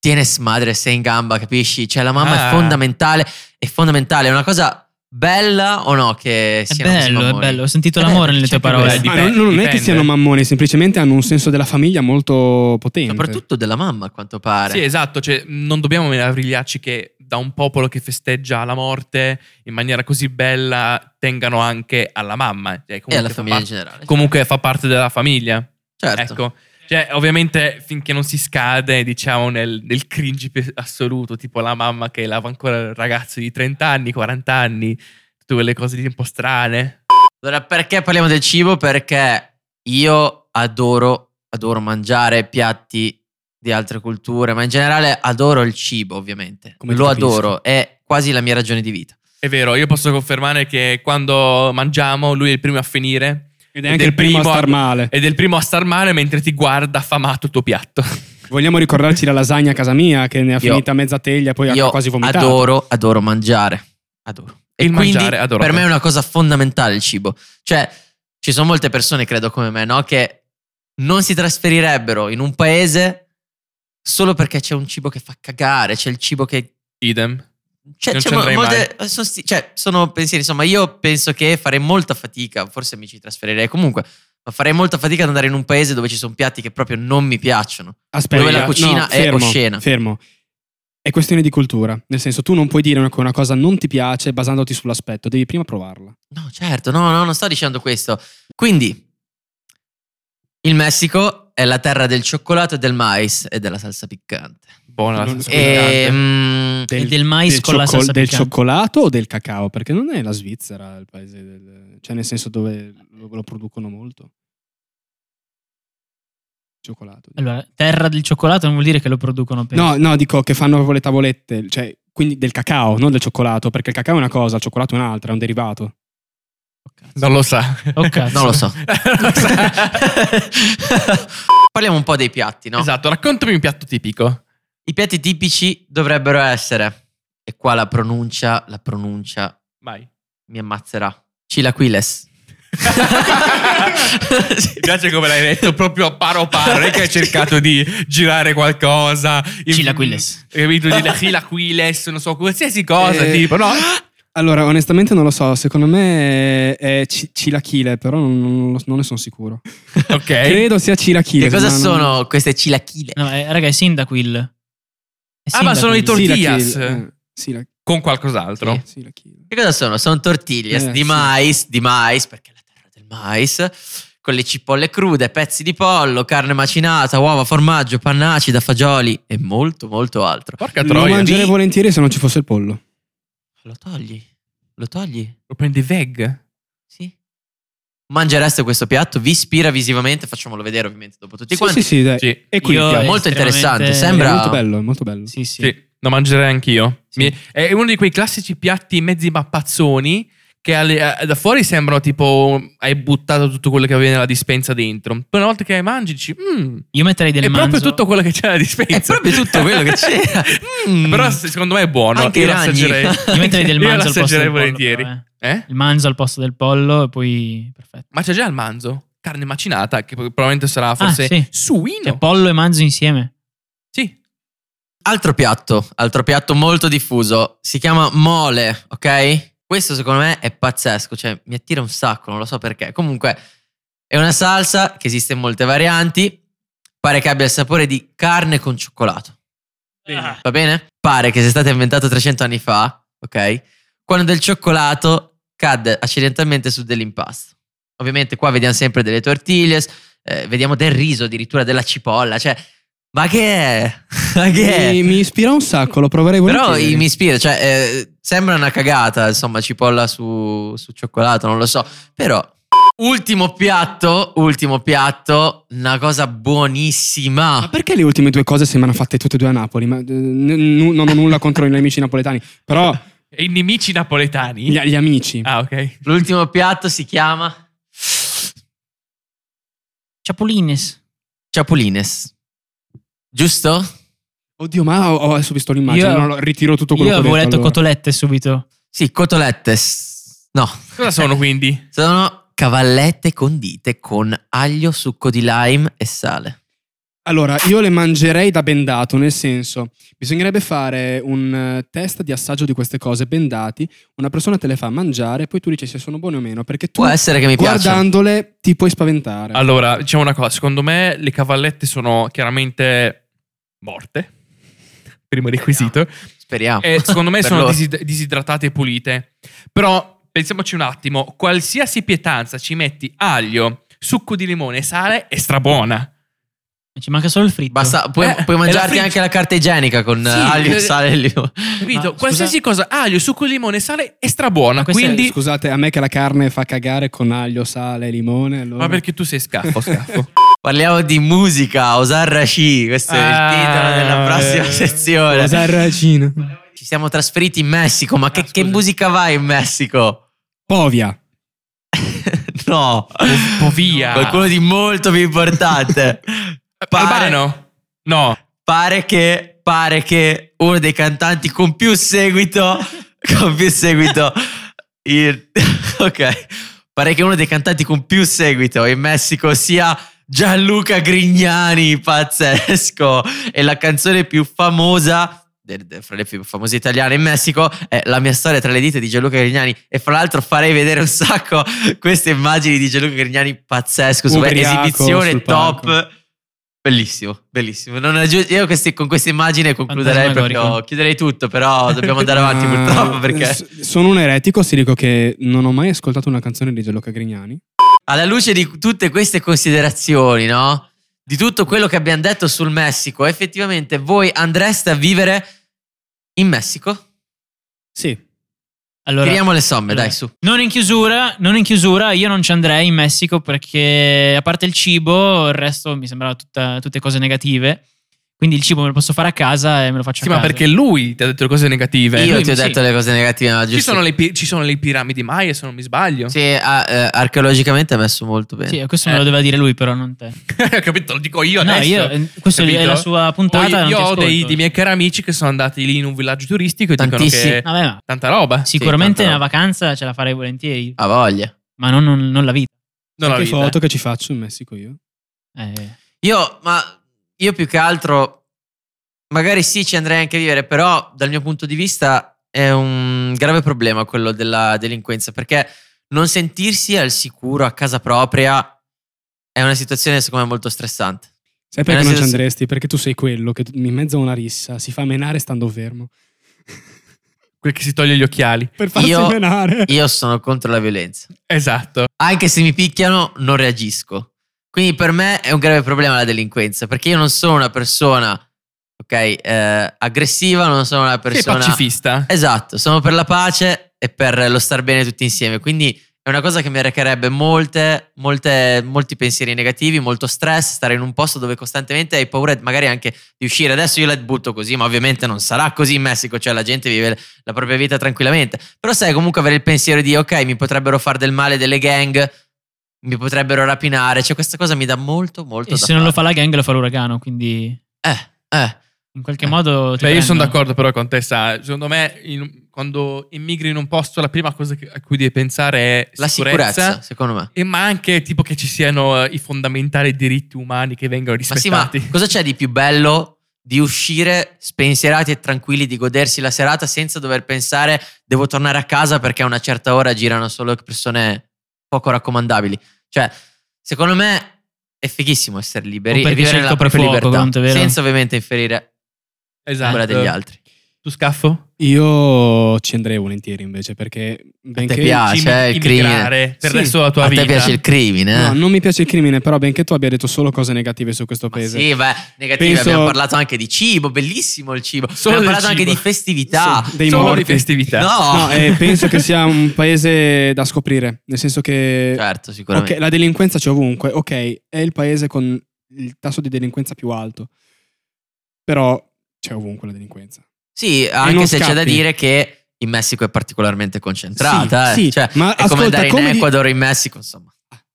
B: Tienes madre, sei in gamba, capisci? Cioè la mamma
A: Ah.
B: è fondamentale, è fondamentale, è una cosa bella o no che
C: È
B: siano così
C: bello, è
B: mammoni?
C: bello. Ho sentito
B: Eh,
C: l'amore nelle
B: c'è
C: tue
B: anche
C: parole.
A: questo.
D: Ma
A: dipende,
D: Ah, non, non è
A: dipende.
D: che siano mammoni, semplicemente hanno un senso della famiglia molto potente.
B: Soprattutto della mamma, a quanto pare.
A: Sì, esatto, cioè, non dobbiamo meravigliarci che da un popolo che festeggia la morte in maniera così bella tengano anche alla mamma. Cioè, comunque
B: e alla
A: fa
B: famiglia in
A: parte-
B: generale.
A: comunque fa parte della famiglia.
B: certo.
A: Ecco, cioè, ovviamente finché non si scade, diciamo, nel, nel cringe pe- assoluto, tipo la mamma che lava ancora ragazzi di 30 anni, 40 anni, tutte quelle cose lì un po' strane.
B: Allora, perché parliamo del cibo? Perché io adoro, adoro mangiare piatti di altre culture, ma in generale adoro il cibo, ovviamente.
D: Come ti
B: Lo
D: capisco.
B: adoro, è quasi la mia ragione di vita.
A: È vero, io posso confermare che quando mangiamo lui è il primo a finire
D: Ed è
A: ed
D: anche
A: è
D: il primo a
A: primo a-
D: star male.
A: ed è il primo a star male mentre ti guarda affamato il tuo piatto.
D: Vogliamo ricordarci la lasagna a casa mia, che ne ha
B: Io-
D: finita mezza teglia, poi ha
B: io
D: quasi vomitato.
B: adoro, adoro mangiare. Adoro. E
A: Il
B: quindi
A: mangiare, adoro.
B: per me è una cosa fondamentale il cibo. Cioè, ci sono molte persone, credo come me, no? Che non si trasferirebbero in un paese solo perché c'è un cibo che fa cagare, c'è il cibo che
A: Idem.
B: Cioè,
A: Non
B: c'è
A: ci
B: mo-
A: andrei
B: molte- sono, sti- cioè, sono pensieri, insomma, io penso che farei molta fatica, forse mi ci trasferirei comunque, ma farei molta fatica ad andare in un paese dove ci sono piatti che proprio non mi piacciono.
D: Aspetta,
B: Dove la
D: no,
B: cucina è
D: fermo,
B: oscena.
D: Fermo. È questione di cultura. Nel senso, tu non puoi dire che una cosa non ti piace basandoti sull'aspetto, devi prima provarla.
B: No, certo, no, no, non sto dicendo questo. Quindi, il Messico è la terra del cioccolato e del mais e della salsa piccante.
A: Buona la
D: Non-
A: salsa
B: E,
A: piccante.
B: mm,
C: E del mais con la
D: cioccol-
C: salsa
D: del
C: piccante.
D: cioccolato o del cacao? Perché non è la Svizzera il paese del... Cioè, nel senso dove lo, lo producono molto. Cioccolato.
C: Allora, terra del cioccolato non vuol dire che lo producono per...
D: No, no, dico che fanno proprio le tavolette, cioè, quindi del cacao, non del cioccolato, perché il cacao è una cosa, il cioccolato è un'altra, è un derivato.
A: Non lo sa.
C: Oh, cazzo.
B: non lo so.
A: Non lo sa.
B: Parliamo un po' dei piatti, no?
A: Esatto, raccontami un piatto tipico.
B: I piatti tipici dovrebbero essere, e qua la pronuncia, la pronuncia
A: Vai.
B: mi ammazzerà. Chilaquiles.
A: Mi piace come l'hai detto proprio a paro paro, non è che hai cercato di girare qualcosa. in-
C: Chilaquiles.
A: Capito? Di chilaquiles, non so, qualsiasi cosa,
D: Eh,
A: tipo, no?
D: Allora, onestamente non lo so, secondo me è ci- cilachile, però non, non lo- non ne sono sicuro.
A: Ok.
D: Credo sia cilachile.
B: Che cosa
D: ma non-
B: sono queste chilaquile?
C: No, eh, raga, è Sindaquil. È
A: Ah, ma sono i
C: Sindaquil.
A: tor- tortillas.
D: Cilachil, eh, Cila- eh,
A: Con qualcos'altro.
B: Sì.
D: cilachil.
B: Che cosa sono? Sono tortillas
D: Eh,
B: di
D: sì.
B: mais, di mais, perché è la terra del mais, con le cipolle crude, pezzi di pollo, carne macinata, uova, formaggio, panna acida, fagioli e molto molto altro.
A: Porca
D: Lo
A: troia.
D: mangerei
B: Di-
D: volentieri se non ci fosse il pollo.
B: Lo togli? Lo togli?
A: Lo prendi veg?
B: Sì. Mangereste questo piatto? Vi ispira visivamente? Facciamolo vedere ovviamente dopo tutti
D: Sì,
B: quanti.
D: sì, sì, dai.
A: Sì.
D: E qui
C: Io-
D: piace.
B: È molto
C: estremamente-
B: interessante,
D: È
B: sembra...
D: molto bello, è molto bello.
C: Sì, sì.
A: Sì, lo mangerei anch'io.
C: Sì.
A: Mi- È uno di quei classici piatti mezzi mappazzoni che alle- eh, da fuori sembrano tipo hai buttato tutto quello che avevi nella dispensa dentro. Poi una volta che le mangi dici, "Mm,
C: Io metterei del
A: è
C: manzo.
A: proprio tutto quello che c'è nella dispensa.
B: È proprio tutto quello che c'era. Mm.
A: Però se- secondo me è buono.
B: Anche
A: io
B: i
A: lo
B: ragni.
A: assaggerei.
C: Io metterei del
A: Io lo
C: manzo al posto
A: assaggerei
C: del pollo,
A: volentieri.
C: però, eh.
A: Eh?
C: Il manzo al posto del pollo e poi... Perfetto.
A: Ma c'è già il manzo, carne macinata, che poi probabilmente sarà forse
C: sì.
A: suino.
C: Cioè, pollo e manzo insieme.
A: sì.
B: Altro piatto, altro piatto molto diffuso, si chiama mole, ok? Questo secondo me è pazzesco, cioè mi attira un sacco, non lo so perché. Comunque è una salsa che esiste in molte varianti, pare che abbia il sapore di carne con cioccolato.
C: Ah.
B: Va bene? Pare che sia stato inventato 300 anni fa, ok? Quando del cioccolato cadde accidentalmente su dell'impasto. Ovviamente qua vediamo sempre delle tortillas, eh, vediamo del riso, addirittura della cipolla, cioè... Ma che è? Ma che è?
D: Mi, mi ispira un sacco, lo proverei
B: Però
D: volentieri.
B: i- mi ispira, cioè, eh, sembra una cagata, insomma, cipolla su, su cioccolato, non lo so. Però, ultimo piatto, ultimo piatto, una cosa
D: Ma
B: buonissima.
D: perché le ultime due cose sembrano fatte tutte e due a Napoli? Ma, eh, n- n- non ho nulla contro i miei amici napoletani, però
A: E i nemici napoletani.
D: gli, gli amici.
A: Ah, ok.
B: L'ultimo piatto si chiama
C: Ciapolines.
B: Ciapulines. Giusto?
D: Oddio, ma ho, ho adesso visto l'immagine,
C: Io-
D: no, no, ritiro tutto
C: Io
D: quello che ho
C: avevo
D: detto.
C: letto
D: allora.
C: cotolette subito.
B: Sì, cotelettes. No,
A: Cosa sono quindi?
B: sono cavallette condite con aglio, succo di lime e sale.
D: Allora, io le mangerei da bendato, nel senso, bisognerebbe fare un eh, test di assaggio di queste cose bendati, una persona te le fa mangiare, poi tu dici se sono buone o meno, perché tu
B: Può essere che mi piaccia.
D: guardandole ti puoi spaventare.
A: Allora, diciamo una cosa. Secondo me le cavallette sono chiaramente morte. Primo requisito.
B: Speriamo.
A: E Eh, secondo me
B: Per
A: sono
B: loro.
A: disid- disidratate e pulite. Però pensiamoci un attimo: qualsiasi pietanza ci metti aglio, succo di limone e sale è strabuona.
C: Ci manca solo il fritto.
B: Basta, puoi,
A: Eh,
B: puoi
A: e la
B: mangiarti
A: fritz-
B: anche la carta igienica con
A: Sì,
B: eh, aglio,
A: eh,
B: sale e limone.
A: Capito?
C: Ma,
A: qualsiasi cosa, aglio, succo di limone e sale è strabuona.
C: Ma questa è-
A: Quindi.
D: Scusate, a me che la carne fa cagare con aglio, sale e limone, allora...
A: Ma perché tu sei scaffo, scaffo.
B: Parliamo di musica, Osar Rashi, questo è il
A: Ah,
B: titolo della prossima
A: eh,
B: sezione.
D: Cosa ragino?
B: Ci siamo trasferiti in Messico, ma che,
A: Ah,
B: che
A: scusa.
B: musica vai in Messico?
D: Povia.
B: no,
A: po' via.
B: qualcuno di molto più importante. Pare-
A: Albano? No.
B: pare che, pare che uno dei cantanti con più seguito, con più seguito, in- ok, pare che uno dei cantanti con più seguito in Messico sia Gianluca Grignani, pazzesco, è la canzone più famosa de- de- fra le più famose italiane in Messico, è La mia storia tra le dita di Gianluca Grignani. E fra l'altro farei vedere un sacco queste immagini di Gianluca Grignani pazzesco, su
D: Ubriaco sul
B: esibizione top.
D: palco.
B: Bellissimo, bellissimo. Non aggiu- io questi- con queste immagini concluderei
C: Fantasmagorico.
B: proprio, chiuderei tutto, però dobbiamo andare avanti
D: Ma-
B: purtroppo perché...
D: Ah, s- Sono un eretico se dico che non ho mai ascoltato una canzone di Gianluca Grignani.
B: alla luce di tutte queste considerazioni, no? Di tutto quello che abbiamo detto sul Messico, effettivamente voi andreste a vivere in Messico?
D: Sì.
C: Allora,
B: Tiriamo le somme,
C: allora.
B: dai, su.
C: non in, chiusura, non in chiusura, io non ci andrei in Messico perché a parte il cibo, il resto mi sembrava tutta- tutte cose negative. Quindi il cibo me lo posso fare a casa e me lo faccio
A: Sì,
C: a
A: ma
C: casa.
A: perché lui ti ha detto le cose negative.
B: Io
A: Lui-
B: ti ho
C: sì.
B: detto le cose negative, ma
A: ci,
B: giusto.
A: sono le, pi- ci sono le piramidi Maya, se non mi sbaglio.
B: Sì, ah, eh, archeologicamente è messo molto bene.
C: Sì, questo me
A: Eh.
C: lo doveva dire lui, però, non te.
A: Ho capito, lo dico io
C: no,
A: adesso.
C: io, eh, questa
A: capito?
C: è la sua
A: Poi
C: puntata. non ti
A: io ho dei,
C: ascolto.
A: dei miei cari amici che sono andati lì in un villaggio turistico e
B: Tantissimi.
A: dicono che
C: Vabbè, ma
A: tanta roba.
C: sicuramente
B: tanta
C: una
B: roba.
C: vacanza ce la farei volentieri,
B: Ha voglia.
C: ma non, non- non la vita.
A: Non la
D: che
A: vita.
D: foto che ci faccio in Messico io.
C: Eh,
B: Io, ma io più che altro, magari sì, ci andrei anche a vivere, però dal mio punto di vista è un grave problema quello della delinquenza, perché non sentirsi al sicuro a casa propria è una situazione secondo me molto stressante.
D: Sai perché non ci
B: senso-
D: andresti? Perché tu sei quello che in mezzo a una rissa si fa menare stando fermo.
A: Quel che si toglie gli occhiali.
D: per farsi
B: Io-
D: menare.
B: Io sono contro la violenza.
A: Esatto.
B: Anche se mi picchiano non reagisco. Quindi per me è un grave problema la delinquenza, perché io non sono una persona, ok, eh, aggressiva, non sono
A: Sei
B: una persona...
A: pacifista.
B: Esatto, sono per la pace e per lo star bene tutti insieme. Quindi è una cosa che mi recherebbe molte, molte, molti pensieri negativi, molto stress, stare in un posto dove costantemente hai paura magari anche di uscire. Adesso io la butto così, ma ovviamente non sarà così in Messico, cioè la gente vive la propria vita tranquillamente. Però sai comunque avere il pensiero di ok, mi potrebbero fare del male delle gang, mi potrebbero rapinare, cioè questa cosa mi dà molto molto... da
C: e se non lo fa
B: fare.
C: la gang, lo fa l'uragano. Quindi
B: Eh, eh.
C: in qualche
B: Eh.
C: modo. ti
A: Beh, io sono
C: prendono.
A: d'accordo però con te, sa. Secondo me, in- quando immigri in un posto, la prima cosa che- a cui devi pensare è
B: La sicurezza, secondo me.
A: E ma anche tipo che ci siano eh, i fondamentali diritti umani che vengono
B: Ma sì, ma
A: rispettati.
B: cosa c'è di più bello di uscire spensierati e tranquilli, di godersi la serata senza dover pensare devo tornare a casa perché a una certa ora girano solo persone poco raccomandabili? Cioè, secondo me è fighissimo essere liberi
C: O
B: e
C: perché
B: vivere
C: c'è il
B: la propria
C: coprifuoco,
B: libertà,
C: tanto è vero.
B: senza ovviamente inferire a
A: Esatto.
B: quella degli altri.
A: Tu scaffo?
D: Io ci andrei volentieri invece perché benché
B: piace? Ah,
A: Ci
B: c'è
A: immi-
B: il crimine.
A: immigrare Per il
D: Sì.
A: resto della tua
B: a
A: vita.
B: te piace il crimine?
D: No,
B: eh?
D: non mi piace il crimine, però benché tu abbia detto solo cose negative su questo
B: Ma
D: paese.
B: sì, beh, negativi.
D: esatto. Penso-
B: Abbiamo parlato anche di cibo, bellissimo il cibo.
A: Solo
B: abbiamo
A: del
B: parlato anche
A: cibo.
B: di festività.
D: Sì, dei
A: Solo
D: morti.
A: di festività.
B: No,
D: No, eh, penso che sia un paese da scoprire, nel senso che
B: certo,
D: ok,
B: sicuramente.
D: la delinquenza c'è ovunque, ok, è il paese con il tasso di delinquenza più alto, però c'è ovunque la delinquenza.
B: Sì, anche
D: non
B: se c'è da
D: scappi.
B: dire che in Messico è particolarmente concentrata.
D: Sì,
B: eh.
D: sì,
B: Cioè,
D: ma
B: è come
D: ascolta,
B: andare in
D: come di-
B: Ecuador in Messico, insomma.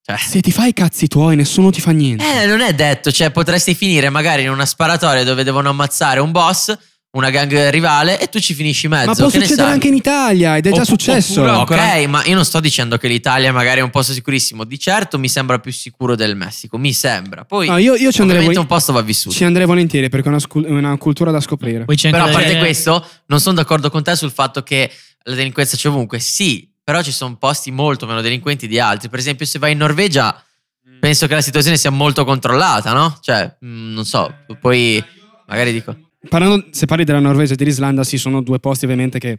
B: Cioè,
D: Se ti fai i cazzi tuoi, nessuno ti fa niente.
B: eh, non è detto, cioè potresti finire magari in una sparatoria dove devono ammazzare un boss, una gang rivale e tu ci finisci in mezzo.
D: Ma può
B: che ne
D: succedere
B: sai?
D: anche in Italia ed è già
A: Oppu-
D: successo.
A: oppure-
B: Ok, ma io non sto dicendo che l'Italia magari è un posto sicurissimo. Di certo mi sembra più sicuro del Messico, mi sembra. Poi
D: No, io, io ci, andrei
B: ovviamente
D: vol-
B: un posto va vissuto.
D: ci andrei volentieri perché è una, scu- è una cultura da scoprire.
C: Poi c'è anche
B: Però a
C: da
B: parte
C: dire-
B: questo, non sono d'accordo con te sul fatto che la delinquenza c'è ovunque. Sì, però ci sono posti molto meno delinquenti di altri. Per esempio, se vai in Norvegia,
C: Mm.
B: penso che la situazione sia molto controllata, no? Cioè, mh, non so,
C: Eh,
B: poi magari dico.
D: Parlando, se parli della Norvegia e dell'Islanda, sì, sono due posti ovviamente che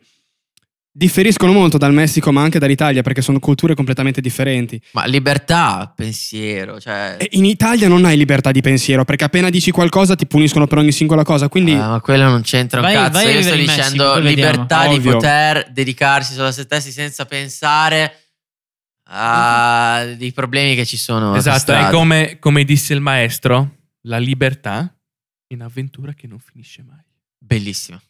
D: differiscono molto dal Messico ma anche dall'Italia perché sono culture completamente differenti.
B: Ma libertà, pensiero, cioè.
D: E in Italia non hai libertà di pensiero perché appena dici qualcosa ti puniscono per ogni singola cosa, quindi
B: Ah, ma quello non c'entra un
C: Vai-
B: cazzo.
C: vai a
B: Io sto
C: vivere in Messico,
B: dicendo
C: poi vediamo.
B: libertà di
D: Ovvio.
B: poter dedicarsi solo a se stessi senza pensare
C: Mm-hmm.
B: ai problemi che ci sono. per
A: Esatto, è
B: strada.
A: come, come disse il maestro, la libertà è un'avventura che non finisce mai.
B: Bellissimo.